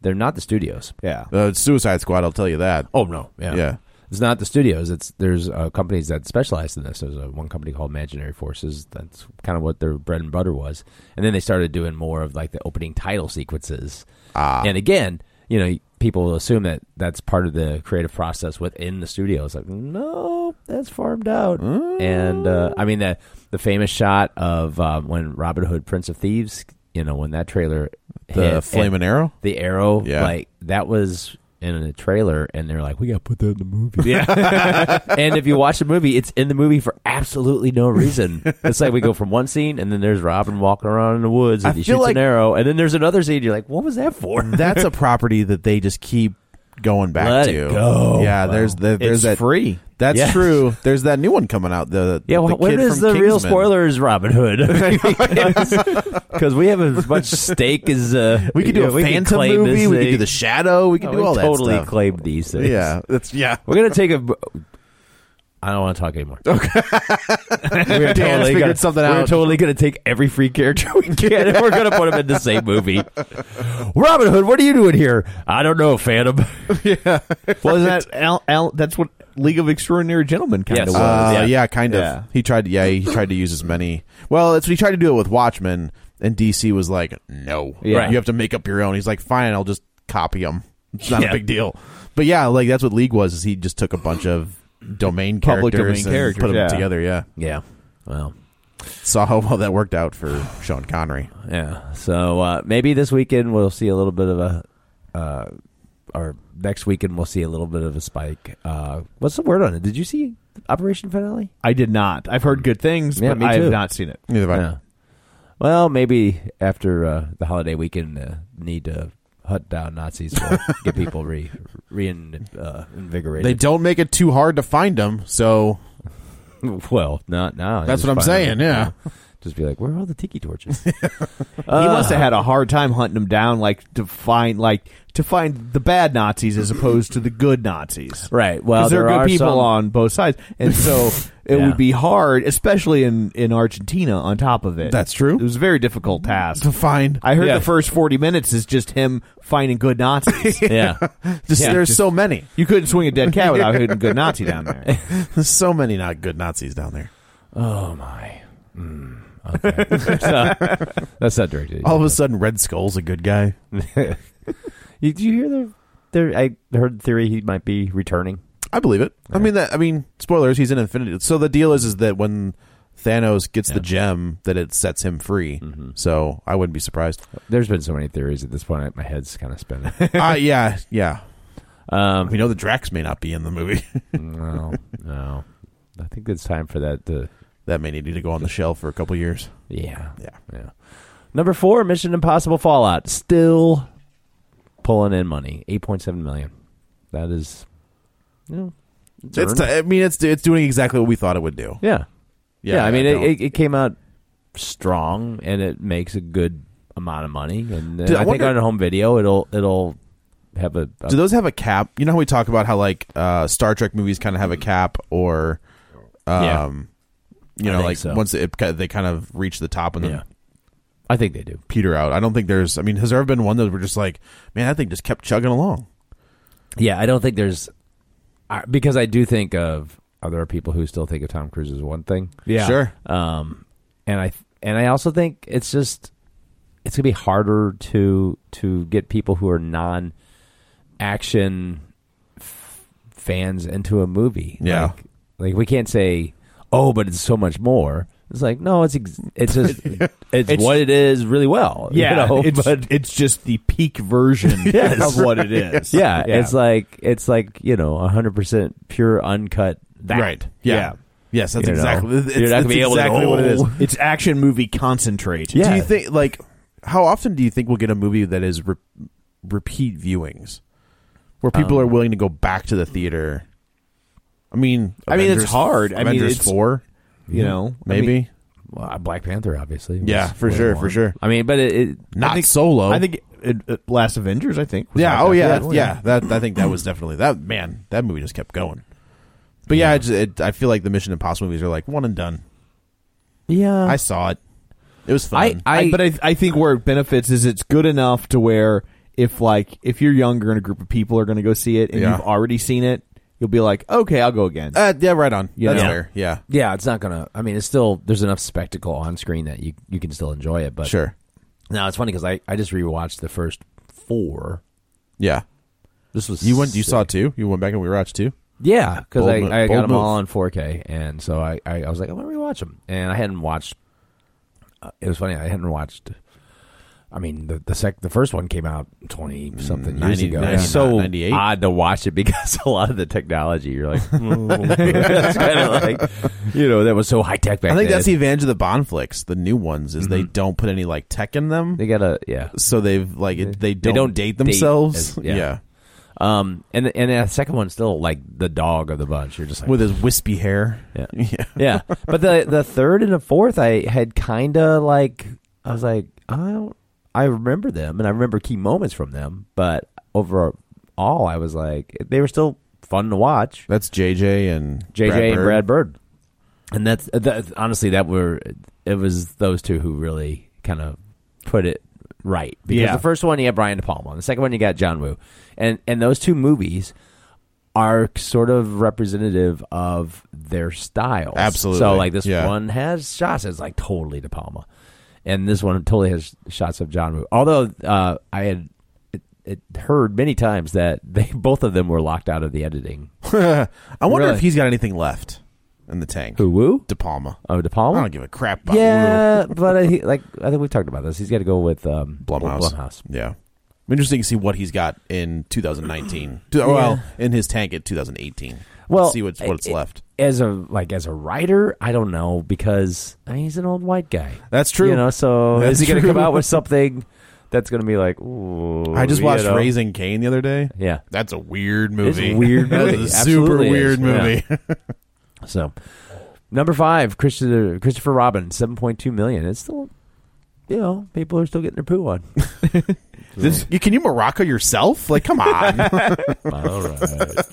C: they're not the studios.
A: Yeah.
B: Uh, Suicide Squad, I'll tell you that.
C: Oh no.
B: Yeah.
C: It's not the studios. It's there's uh, companies that specialize in this. There's uh one company called Imaginary Forces. That's kind of what their bread and butter was. And then they started doing more of like the opening title sequences. Ah. And again, you know, people assume that that's part of the creative process within the studio. It's like, no, that's farmed out. And uh, I mean, the the famous shot of um, when Robin Hood, Prince of Thieves, you know, when that trailer hit
B: The
C: and
B: flaming arrow.
C: the arrow,
B: Yeah.
C: like that was in a trailer, and they're like, we got to put that in the movie. Yeah. and if you watch the movie, it's in the movie for absolutely no reason. it's like we go from one scene, and then there's Robin walking around in the woods, and
B: I
C: he
B: feel
C: shoots
B: like-
C: an arrow, and then there's another scene. You're like, what was that for?
B: That's a property that they just keep going back
C: Let
B: to.
C: it go.
B: Yeah, there's the, there's
A: it's
B: that
A: free.
B: That's
C: Yes.
B: true. There's that new one coming out. The
C: Yeah,
B: the
C: well,
B: kid
C: when is
B: from
C: the real
B: Kingsman.
C: spoilers, Robin Hood? Because we have as much stake as uh,
B: We could do
C: yeah,
B: a
C: we
B: Phantom
C: claim
B: movie.
C: this
B: We could
C: thing.
B: do the Shadow. We could
C: Oh,
B: do
C: we
B: all that
C: totally
B: stuff.
C: claim these things.
B: Yeah, that's yeah.
C: we're gonna take a. I don't want to talk anymore. Okay, we're
B: figured something
C: We're
B: out.
C: totally gonna take every free character we can, and we're gonna put them in the same movie. Robin Hood, what are you doing here? I don't know, Phantom.
A: Wasn't that Al, Al, that's what League of Extraordinary Gentlemen kind
C: Yes.
A: of was.
B: Uh, yeah.
C: Yeah.
B: kind of.
A: Yeah.
B: He tried. Yeah, he tried to use as many. Well, it's he tried to do it with Watchmen, and DC was like, "No,
C: Yeah.
B: you have to make up your own." He's like, "Fine, I'll just copy them. It's not
C: Yeah.
B: a big deal." But yeah, like that's what League was. Is he just took a bunch of domain
A: Public
B: characters
A: domain
B: and
A: characters,
B: put them
A: yeah.
B: together? Yeah,
C: Yeah. Well,
B: saw how well that worked out for Sean Connery.
C: Yeah. So uh, maybe this weekend we'll see a little bit of a, uh, or next weekend we'll see a little bit of a spike. Uh, what's the word on it? Did you see Operation Finale?
A: I did not. I've heard good things,
C: Yeah,
A: but
C: me
A: I
C: too.
A: have not seen it.
B: Neither of us.
C: Yeah. Well, maybe after uh, the holiday weekend, uh, need to hunt down Nazis to get people re reinvigorated. Uh, invigorated.
B: They don't make it too hard to find them, so
C: well, not now.
B: That's
C: Just
B: what I'm
C: find
B: saying,
C: out,
B: yeah.
C: you know. Just be like, where are all the tiki torches? Uh,
A: he must have had a hard time hunting them down, like to find like to find the bad Nazis as opposed to the good Nazis.
C: right. Well,
A: Because there, are
C: are
A: good people
C: some-
A: on both sides, and so it
C: Yeah.
A: would be hard, especially in in Argentina. On top of it,
B: That's true.
A: It was a very difficult task.
B: to find.
A: I heard
C: Yeah.
A: the first forty minutes is just him finding good Nazis.
C: Yeah.
B: Just,
C: Yeah,
B: there's
C: just-
B: so many,
A: you couldn't swing a dead cat without hitting a good Nazi down there.
B: there's so many not good Nazis down there.
C: Oh my. Okay. That's not directed. at
B: All
C: you.
B: of a sudden, Red Skull's a good guy.
C: You- Did you hear the? There, I heard the theory he might be returning.
B: I believe it. I mean that. I mean spoilers. He's in Infinity. So the deal is, is that when Thanos gets the gem, that it sets him free.
C: Mm-hmm.
B: So I wouldn't be surprised.
C: There's been so many theories at this point. My head's kind of spinning.
B: uh, yeah, yeah.
C: Um,
B: We know the Drax may not be in the movie.
C: no, no. I think it's time for that. To,
B: that may need to go on the shelf for a couple years.
C: yeah,
B: Yeah.
C: yeah. Number four, Mission Impossible Fallout, still pulling in money, eight point seven million. That is, you know, it's
B: It's.
C: earned.
B: T- I mean, it's it's doing exactly what we thought it would do.
C: yeah, yeah. I mean,
B: don't-
C: it, it, it came out strong, and it makes a good amount of money. And uh,
B: Dude, I
C: I, think
B: wonder-
C: on home video, it'll it'll have a, a
B: do those have a cap? You know how we talk about how like uh, Star Trek movies kind of have a cap, or
C: Yeah.
B: um, you
C: I
B: know,
C: think
B: like
C: so.
B: once it, they kind of reach the top and then
C: Yeah. I think they do.
B: peter out. I don't think there's. I mean, has there ever been one that we're just like, man, that thing just kept chugging along?
C: Yeah, I don't think there's I- because I do think of uh, there are people who still think of Tom Cruise as one thing.
A: Yeah,
B: sure.
C: Um, and I and I also think it's just it's gonna be harder to to get people who are non action f- fans into a movie.
B: Yeah.
C: like, like, we can't say oh, but it's so much more. It's like no, it's ex- it's just it's,
A: It's-
C: what it is really well. you
A: Yeah,
C: know,
A: it's,
C: but
A: it's just the peak version
C: Yes.
A: of what it is.
C: yeah, it's like it's like you know, hundred percent pure uncut. That.
B: Right. Yeah.
A: Yeah.
B: Yes, that's
C: You know.
B: exactly. It's,
C: You're not gonna
B: that's
C: be able to
B: exactly
C: go,
B: what it is.
C: "Oh."
A: It's action movie concentrate.
C: Yeah.
B: Do you think like how often do you think we'll get a movie that is re- repeat viewings, where people
A: Um,
B: are willing to go back to the theater? I mean,
A: I mean, it's
B: Avengers-
A: hard. I mean,
B: Avengers
A: it's-
B: four,
A: You know, I
B: Mm-hmm. maybe.
A: mean,
C: Well, Black Panther, obviously. was
B: Yeah, for
C: what it
B: sure, for
C: won.
B: sure.
C: I mean, but it, it
B: not
A: I think-
B: solo.
A: I think it, it, Last Avengers. I think. was
B: Oh. Yeah.
A: like
B: Oh
A: that.
B: yeah. Yeah. That I think that was definitely that man. That movie just kept going. But yeah, I, just, it, I feel like the Mission Impossible movies are like one and done.
C: yeah.
B: I saw it. It was fun.
C: I-
A: I, but I, I think where it benefits is it's good enough to where if like if you're younger and a group of people are going to go see it and
B: Yeah.
A: you've already seen it,
D: you'll be like, okay, I'll go again.
B: Uh, yeah, right on.
D: You
B: That's
D: know.
B: fair. Yeah,
C: Yeah, it's not gonna. I mean, it's still there's enough spectacle on screen that you you can still enjoy it. But
B: sure.
C: now it's funny because I I just rewatched the first four.
B: Yeah,
C: This was
B: you went. You
C: sick.
B: saw two. You went back and we watched two.
C: yeah because
B: Bold
C: I,
B: move,
C: I
B: bold
C: got them all
B: move.
C: on 4K and so I I, I was like I'm gonna rewatch them and I hadn't watched. Uh, it was funny I hadn't watched. I mean the the sec the first one came out twenty
B: Mm,
C: something years
B: 90
C: ago.
B: 99,
C: It's so
B: 98.
C: odd to watch it because a lot of the technology you're like, it's kind of like, you know, that was so high tech back
B: I think
C: then.
B: that's the advantage of the Bond flicks, the new ones, is they don't put any like tech in them,
C: they gotta yeah.
B: so they've like it, they don't
C: don't
B: date
C: date
B: themselves.
C: as-
B: yeah.
C: yeah. Um, and and that second one's still like the dog of the bunch. You're just like,
B: with his wispy hair.
C: yeah,
B: Yeah.
C: yeah. But the the third and the fourth, I had kind of like, I was like, I don't, I remember them, and I remember key moments from them, but overall, I was like, they were still fun to watch.
B: That's JJ and
C: JJ
B: Brad
C: and
B: Bird.
C: Brad Bird, and that's uh, that, honestly that were it was those two who really kind of put it right because
A: Yeah.
C: the first one you had Brian De Palma, and the second one you got John Woo, and and those two movies are sort of representative of their styles.
B: Absolutely.
C: So like this
B: Yeah.
C: one has shots that's like totally De Palma, and this one totally has shots of John Woo. Although uh, I had. It, it heard many times that they both of them were locked out of the editing.
B: I wonder
C: Really?
B: if he's got anything left in the tank.
C: Who Woo?
B: De Palma.
C: Oh, De Palma.
B: I don't give a crap about Woo.
C: yeah, but I, he- like I think we talked about this. He's got to go with um,
B: Blumhouse.
C: Blumhouse.
B: Yeah. I'm interesting to see what he's got in 2019. Two- Well, in his tank at 2018.
C: Well,
B: see what's what's
C: it-
B: left.
C: As a like as a writer, I don't know because I mean, he's an old white guy.
B: That's true.
C: You know, so
B: That's
C: is he going to
B: true.
C: come out with something that's going to be like? Ooh,
B: I just
C: you
B: watched
C: know?
B: Raising Cain the other day.
C: Yeah,
B: That's a weird
C: It's
B: movie.
C: a weird
B: That
C: movie.
B: is a super
C: Absolutely
B: weird
C: is.
B: movie.
C: so number five, Christopher Christopher Robin, seven point two million. It's still, you know, people are still getting their poo on.
B: This- you, can you Morocco yourself? Like, come on.
C: All right.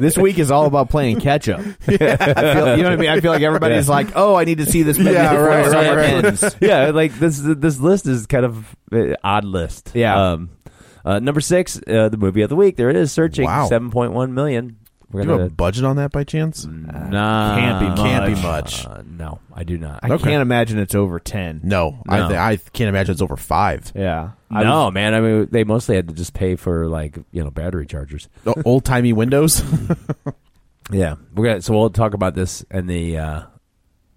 D: this week is all about playing catch up. I feel, you know what I mean? I feel like everybody's like, oh, I need to see this movie
B: Yeah,
D: before
B: right,
D: the
B: right,
D: summer
B: right.
D: ends.
C: yeah, like this this list is kind of an odd list.
D: Yeah.
C: Um, uh, number six, uh, the movie of the week. There it is. Searching
B: Wow.
C: seven point one million. We're
B: Do you have a budget on that by chance?
C: Mm. nah,
A: Can't be
B: Can't be much.
C: Uh, no, I do not.
A: I
B: Okay.
A: can't imagine it's over ten.
B: No, I,
C: No.
B: th- I can't imagine it's over five.
A: Yeah, I was-
C: no, man. I mean, they mostly had to just pay for like you know battery chargers.
B: Old timey windows.
C: Yeah, we're gonna. So we'll talk about this in the uh,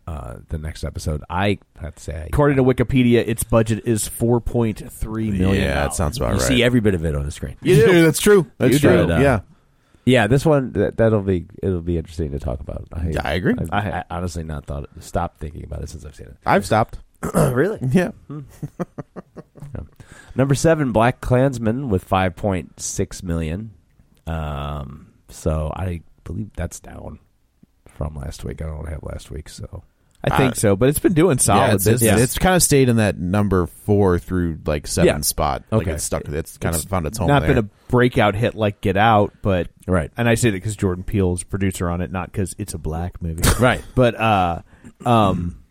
C: uh, the next episode. I have to say, I,
A: according to Wikipedia, its budget is four point three million.
B: yeah, that sounds about
C: you
B: right.
C: see every bit of it on the screen.
B: you do. That's true. That's
C: You
B: true.
C: do.
B: Yeah.
C: Yeah, this one that, that'll be it'll be interesting to talk about. I,
B: I agree.
C: I've, I honestly not thought stopped thinking about it since I've seen it.
B: I've stopped.
C: Oh, really?
B: Yeah.
C: Number seven, Black Klansman with five point six million. Um, so I believe that's down from last week. I don't have last week, so
A: I think
B: Uh,
A: so, but it's been doing
B: Yeah,
A: solid.
B: it's, it's,
A: business.
B: it's kind of stayed in that number four through like seven
C: Yeah.
B: spot. Like
C: Okay.
B: it's stuck. It's kind of found its home.
A: not
B: there.
A: been a breakout hit like Get Out, but
C: Right.
A: And I say that because Jordan Peele's producer on it, not because it's a black movie,
C: Right.
A: But uh, um,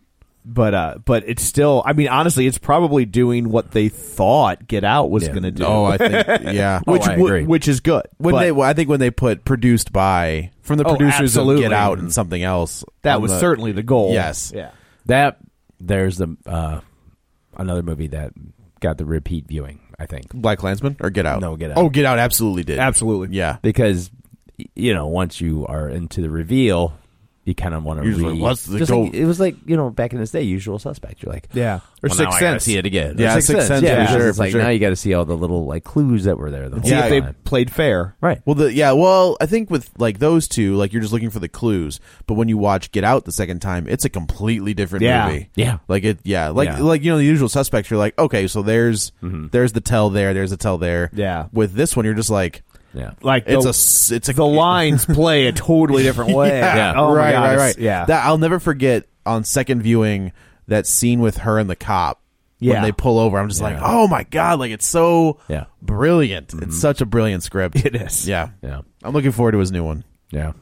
A: but uh, but it's still. I mean, honestly, it's probably doing what they thought Get Out was
C: Yeah.
A: going to do.
B: Oh, I think yeah.
A: which
C: I
A: would-
C: agree.
A: which is good.
B: when
A: but
B: they, well, I think when they put produced by from the
A: Oh,
B: producers of Get
A: absolutely.
B: Out and something else.
A: that
B: on
A: was
B: the-
A: certainly the goal.
B: Yes.
A: Yeah.
C: that there's the uh, another movie that got the repeat viewing. I think
B: Black Klansman or Get Out.
C: No, Get Out.
B: Oh, Get Out absolutely did.
A: Absolutely.
B: Yeah.
C: because y- you know once you are into the reveal, you kind of want to
B: You're just
C: read.
B: like, what's the
C: Just
B: go-
C: like- it was like you know back in this day, Usual Suspect. You're like,
A: Yeah. Or
C: well,
A: Sixth
C: now I gotta
A: Sense.
C: see it again.
B: Yeah,
C: Or
B: Sixth Sense,
C: yeah.
B: for
C: because
B: sure,
C: it's
B: for
C: like
B: sure.
C: now you got to see all the little like clues that were there the whole
A: See if
C: time.
A: they played fair.
C: right.
B: Well, the, yeah. Well, I think with like those two, like you're just looking for the clues. But when you watch Get Out the second time, it's a completely different
A: Yeah.
B: movie.
C: Yeah.
B: Like it. Yeah. Like
C: Yeah.
B: like you know the usual suspects. You're like, okay, so there's there's the tell there. There's the tell there.
A: Mm-hmm. Yeah.
B: With this one, you're just like,
C: yeah.
A: Like
B: it's
A: the,
B: a s- it's a
A: the lines play a totally different way.
C: Yeah.
A: Oh my
B: right,
A: God,
B: right,
A: it's-
B: right.
A: Yeah.
B: That I'll never forget on second viewing that scene with her and the cop. When
A: Yeah. Mm-hmm.
B: they pull over, I'm just like, oh my god, like it's so
C: Yeah.
B: brilliant. It's such a brilliant script.
A: it is.
B: Yeah.
C: Yeah.
B: I'm looking forward to his new one.
C: Yeah.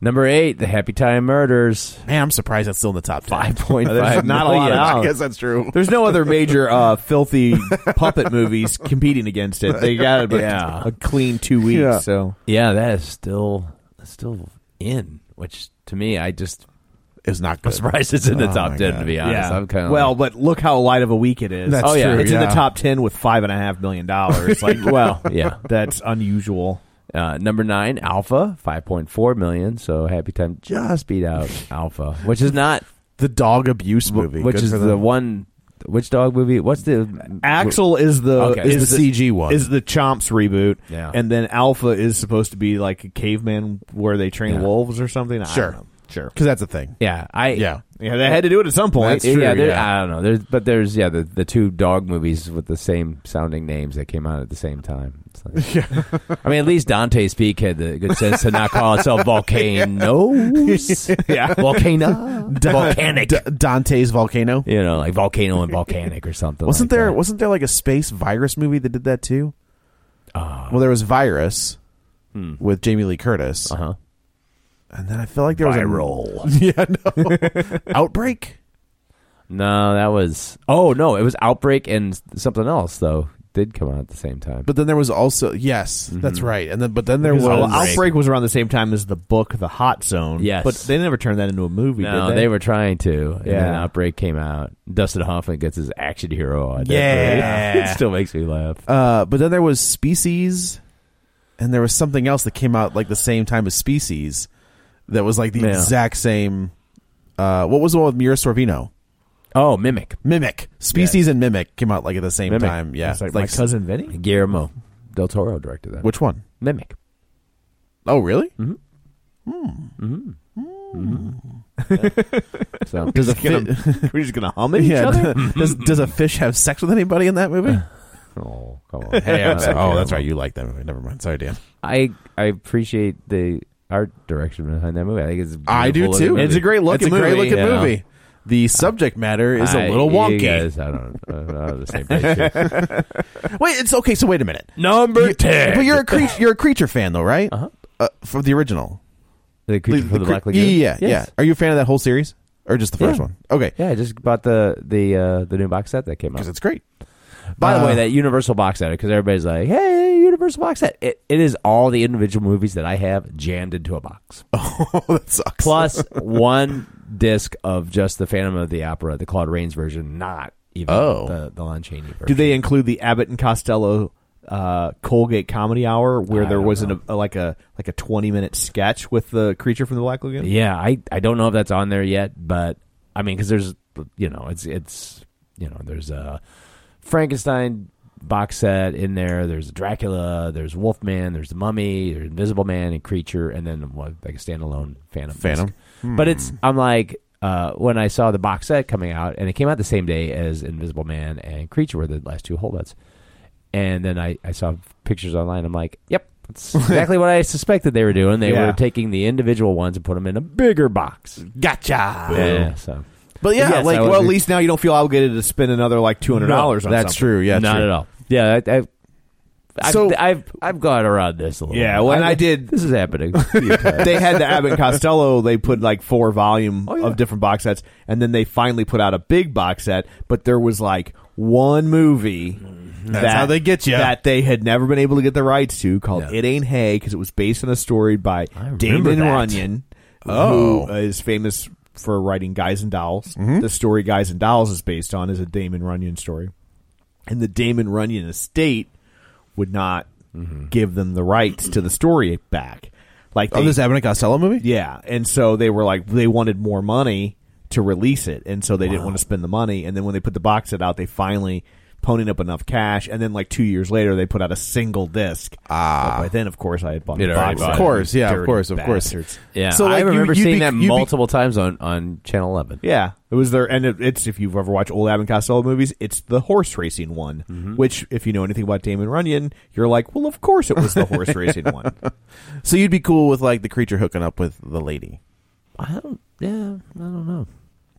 C: Number eight, the Happy Time Murders.
B: Man, I'm surprised that's still in the top five.
C: Point
A: There's
C: five.
A: not a lot
B: I
A: out.
B: guess that's true.
A: There's no other major uh, filthy puppet movies competing against it. They got about
C: Yeah.
A: a clean two weeks.
B: Yeah.
A: So
C: Yeah, that is still is still in, which to me, I just
B: It's not
C: I'm
B: good.
C: surprised it's in the
B: Oh
C: top
B: my
C: ten.
B: God.
C: To be honest,
A: Yeah.
C: I'm kind of
A: well, but look how light of a week it is.
B: That's
C: Oh, yeah.
B: true.
A: it's in the
B: yeah.
A: top ten with five and a half million dollars. like, well,
C: yeah.
A: that's unusual.
C: Uh, number nine, Alpha, five point four million. So Happy Time just beat out Alpha, which is not,
B: The dog abuse movie,
C: which
B: Good
C: is
B: for
C: the
B: them.
C: one. Which dog movie? What's the
A: Axel is the
C: Okay.
A: is,
B: Is the CG one.
A: Is the Chomps reboot.
C: Yeah.
A: And then Alpha is supposed to be like a caveman where they train
C: Yeah.
A: wolves or something. I don't
B: Sure.
A: know. Sure.
B: because that's a thing.
C: Yeah, I
B: Yeah,
A: Yeah, they had to do it at some point.
B: That's true,
C: yeah, there-
B: yeah.
C: I don't know. There's but there's yeah the, the two dog movies with the same sounding names that came out at the same time. It's like- I mean, at least Dante's Peak had the good sense to not call itself volcanoes. yeah, volcano, volcanic.
B: D- Dante's volcano.
C: you know, like volcano and volcanic or something.
B: Wasn't
C: like
B: there?
C: that.
B: Wasn't there like a space virus movie that did that too?
A: Uh,
B: well, there was Virus
A: Hmm.
B: with Jamie Lee Curtis,
C: Uh-huh.
B: and then I feel like there was viral. yeah, no. outbreak.
C: No, that was. Oh no, it was Outbreak and something else though. Did come out at the same time.
B: But then there was also yes, that's right. And then but then there was
A: Mm-hmm. Because Outbreak. was around the same time as the book, The Hot Zone.
C: Yes.
A: But they never turned that into a movie,
C: no,
A: did
C: they?
A: they?
C: were trying to. And then
A: Yeah.
C: Outbreak came out. Dustin Hoffman gets his action hero on.
B: Yeah.
C: it still makes me laugh.
B: Uh, but then there was Species, and there was something else that came out like the same time as Species, that was like the
C: Yeah.
B: exact same. Uh, what was the one with Mira Sorvino?
C: Oh, Mimic.
B: Mimic, Species, and Mimic came out like at the same
C: Mimic.
B: time. Yeah,
A: It's like, my cousin Vinny.
C: Guillermo del Toro directed that.
B: Which one?
C: Mimic.
B: Oh, really?
C: So does the
B: Gonna-
A: We're just gonna hum it.
B: yeah. does does a fish have sex with anybody in that movie?
C: oh, come on.
B: hey, I'm sorry. Oh, that's right. You like that movie? Never mind. Sorry, Dan.
C: I I appreciate the art direction behind that movie. I think it's a
B: I do
C: beautiful looking
B: too.
C: movie.
B: It's a great looking
C: Yeah.
B: movie. The subject matter is
C: I-
B: a little
C: you
B: wonky.
C: guys, I don't. I'm not on the same page here.
B: Wait, it's okay. So wait a minute.
C: Number
B: You- But you're a creature. You're a creature fan, though, right? Uh-huh. For the original,
C: the creature from
B: cre-
C: the Black
B: yeah,
C: Lagoon.
B: yeah, yeah.
C: Yes.
B: Are you a fan of that whole series or just the first
C: Yeah.
B: one? Okay,
C: Yeah, I just bought the the uh, the new box set that came out.
B: because it's great.
C: By the
B: Uh,
C: way, that Universal box set, because everybody's like, "Hey, Universal box set!" It, it is all the individual movies that I have jammed into a box,
B: oh, that sucks.
C: plus one disc of just the Phantom of the Opera, the Claude Rains version, not even
B: Oh.
C: the the Lon Chaney version.
A: Do they include the Abbott and Costello uh, Colgate Comedy Hour, where
C: I
A: there
C: don't
A: was
C: know.
A: an, a, like a like a twenty minute sketch with the creature from the Black Lagoon?
C: Yeah, I I don't know if that's on there yet, but I mean, because there's you know it's it's you know there's a Frankenstein box set in there. There's Dracula. There's Wolfman. There's the Mummy. There's Invisible Man and Creature, and then what, like a standalone Phantom. disc.
B: Phantom.
C: But it's I'm like. Uh, when I saw the box set coming out, and it came out the same day as Invisible Man and Creature were the last two holdouts, and then I, I saw pictures online. I'm like, yep, that's exactly what I suspected they were doing. They
A: Yeah.
C: were taking the individual ones and put them in a bigger box.
B: gotcha.
C: Yeah, so
B: But yeah,
A: Yes,
B: like
A: well,
B: well,
A: at least now you don't feel obligated to spend another like two hundred dollars. on
B: That's
A: something.
B: true. Yeah,
C: not
B: true.
C: at all. Yeah, I, I, I've,
B: So-
C: I've I've gone around this a little.
A: Yeah,
C: bit.
A: well, and I did-
C: This is happening. yeah,
A: they had the Abbott and Costello. They put like four volume of different box sets, and then they finally put out a big box set. But there was like one movie. That's that,
B: Mm-hmm. how they get ya.
A: That they had never been able to get the rights to, called
C: Yeah.
A: "It Ain't Hay," because it was based on a story by
C: remember
A: Damon
C: that.
A: Runyon,
B: Oh. Mm-hmm.
A: who is famous for writing "Guys and Dolls." The story "Guys and Dolls" is based on is a Damon Runyon story, and the Damon Runyon estate would not give them the rights to the story back. Like
B: Mm-hmm. Oh,
A: they-
B: this Abbott and Costello movie.
A: yeah, and so they were like they wanted more money to release it, and so they didn't want to spend the money. And then when they put the box set out, they finally ponied up enough cash, and then like two years later, they put out a single disc. Ah, by then, of course, I had bought
C: You'd
A: the
C: already
A: box.
C: bought
A: set.
C: it.
B: Of course, yeah,
A: Dirty
B: of course, of course.
A: bastards.
B: So,
C: I
B: like, you-
C: remember
B: you
C: seeing
B: be-
C: that
B: you be-
C: multiple times on on Channel Eleven.
A: Yeah, it was there, and it, it's if you've ever watched old Abbott and Costello movies, it's the horse racing one.
C: Mm-hmm.
A: Which, if you know anything about Damon Runyon, you're like, well, of course it was the horse racing one.
B: So you'd be cool with like the creature hooking up with the lady.
C: I don't. Yeah, I don't know.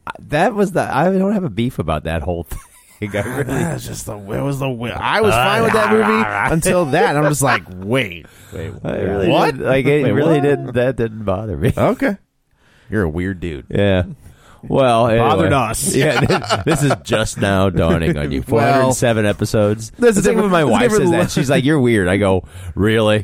C: I- That was the. I don't have a beef about that whole thing. I really
B: That's just the it was the wi- I
C: Uh,
B: was fine with that movie until that. I'm just like, wait, wait,
C: I really
B: what?
C: didn't- like it
B: Wait,
C: really
B: what?
C: didn't. That didn't bother me.
B: Okay, you're a weird dude.
C: Yeah. Well,
A: Bothered
C: anyway.
A: us.
C: Yeah, this, this is just now dawning on you. Four hundred seven episodes.
B: That's
C: That's
B: a
C: the thing
B: different-
C: when
B: that's
C: my
B: a
C: wife
B: different
C: says
B: le-
C: that. She's like, "You're weird." I go, "Really?"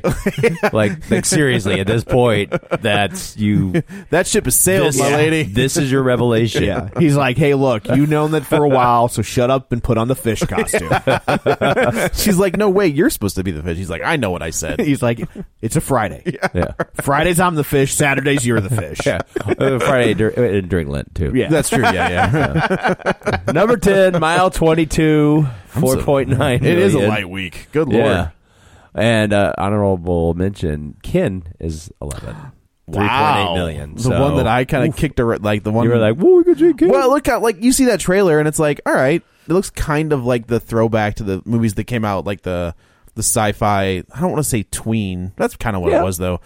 C: like, like seriously. At this point, that's you.
B: That ship is sailed,
C: This,
B: my lady.
C: this is your revelation.
A: Yeah, he's like, "Hey, look, you've known that for a while, so shut up and put on the fish costume."
B: She's like, no way, you're supposed to be the fish. He's like, I know what I said.
A: he's like, "It's a Friday.
C: yeah.
A: Fridays I'm the fish. Saturdays you're the fish."
C: Yeah. Uh, Friday dur- uh, during Lent too.
A: Yeah.
B: That's true. Yeah, yeah.
C: Number ten, mile twenty-two, four point nine.
B: It is a light week. Good lord.
C: Yeah. And uh, honorable mention, Kin is eleven.
B: Wow.
C: 3.8 million.
B: The
C: So-
B: one that I kind of kicked around, like the one
C: You were like, "Whoa, we could drink Kin."
B: Well, look out! Like you see that trailer, and it's like, all right, it looks kind of like the throwback to the movies that came out, like the the sci-fi. I don't want to say tween. That's kind of what
C: Yeah.
B: it was, though.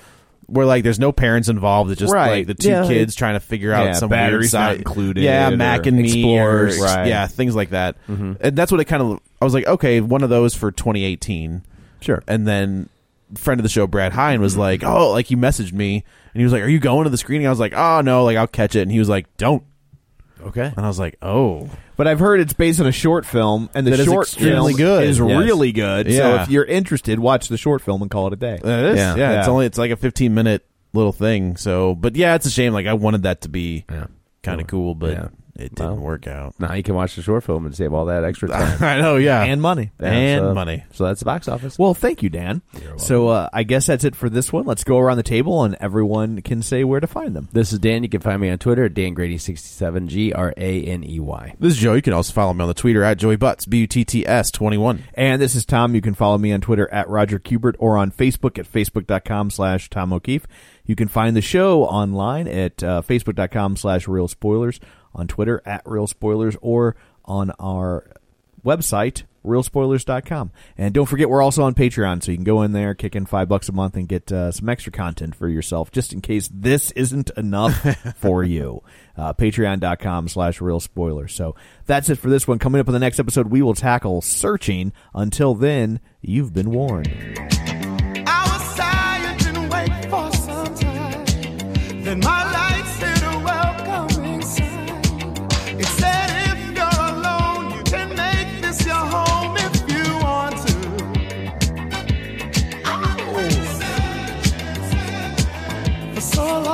B: Where like there's no parents involved. It's just
C: Right,
B: like the two
C: yeah.
B: kids trying to figure out
A: Yeah,
B: some weird
A: batteries not
B: side.
A: included
B: Yeah,
A: or
B: Mac and me, or,
A: Explorers, right. Mm-hmm.
B: yeah, things like that. And that's what it kind of. I was like, okay, one of those for 2018.
C: Sure.
B: And then friend of the show Brad Hine
A: Mm-hmm.
B: was like, "Oh, like he messaged me and he was like, "Are you going to the screening?" I was like, "Oh, no, like I'll catch it." And he was like, "Don't."
A: Okay.
B: And I was like, "Oh."
A: But I've heard it's based on a short film, and the
B: That is
A: short
B: extremely
A: film
B: good.
A: is
B: Yes.
A: really good. So
B: Yeah.
A: if you're interested, watch the short film and call it a day.
B: That is. Yeah,
A: Yeah.
B: it's only it's like a 15 minute little thing. So, but yeah, it's a shame like I wanted that to be
C: Yeah.
B: kind of cool, but
C: Yeah.
B: it didn't
C: Well.
B: work out.
C: Now you can watch the short film and save all that extra time
B: I know, yeah.
A: and money.
C: Yeah,
B: And
C: so-
B: money.
C: So that's the box office.
A: Well, thank you, Dan. So uh, I guess that's it for this one. Let's go around the table, and everyone can say where to find them.
C: This is Dan. You can find me on Twitter at Dan Grady67, G R A N E Y.
B: this is Joe. You can also follow me on the Twitter at Joey Butts, B U T T S 21.
A: And this is Tom. You can follow me on Twitter at Roger Kubert or on Facebook at facebook.com slash Tom O'Keefe. You can find the show online at uh, facebook.com slash Real Spoilers, on Twitter at Real Spoilers, or on our website, realspoilers.com. And don't forget, we're also on Patreon, so you can go in there, kick in five bucks a month, and get uh, some extra content for yourself, just in case this isn't enough for you. Uh, Patreon.com slash real spoiler. So that's it for this one. Coming up in the next episode, we will tackle searching. Until then, you've been warned.
E: I was silent and wait for some time. Then my light said a welcoming sign. It said, if you're alone, you can make this your home if you want to. For so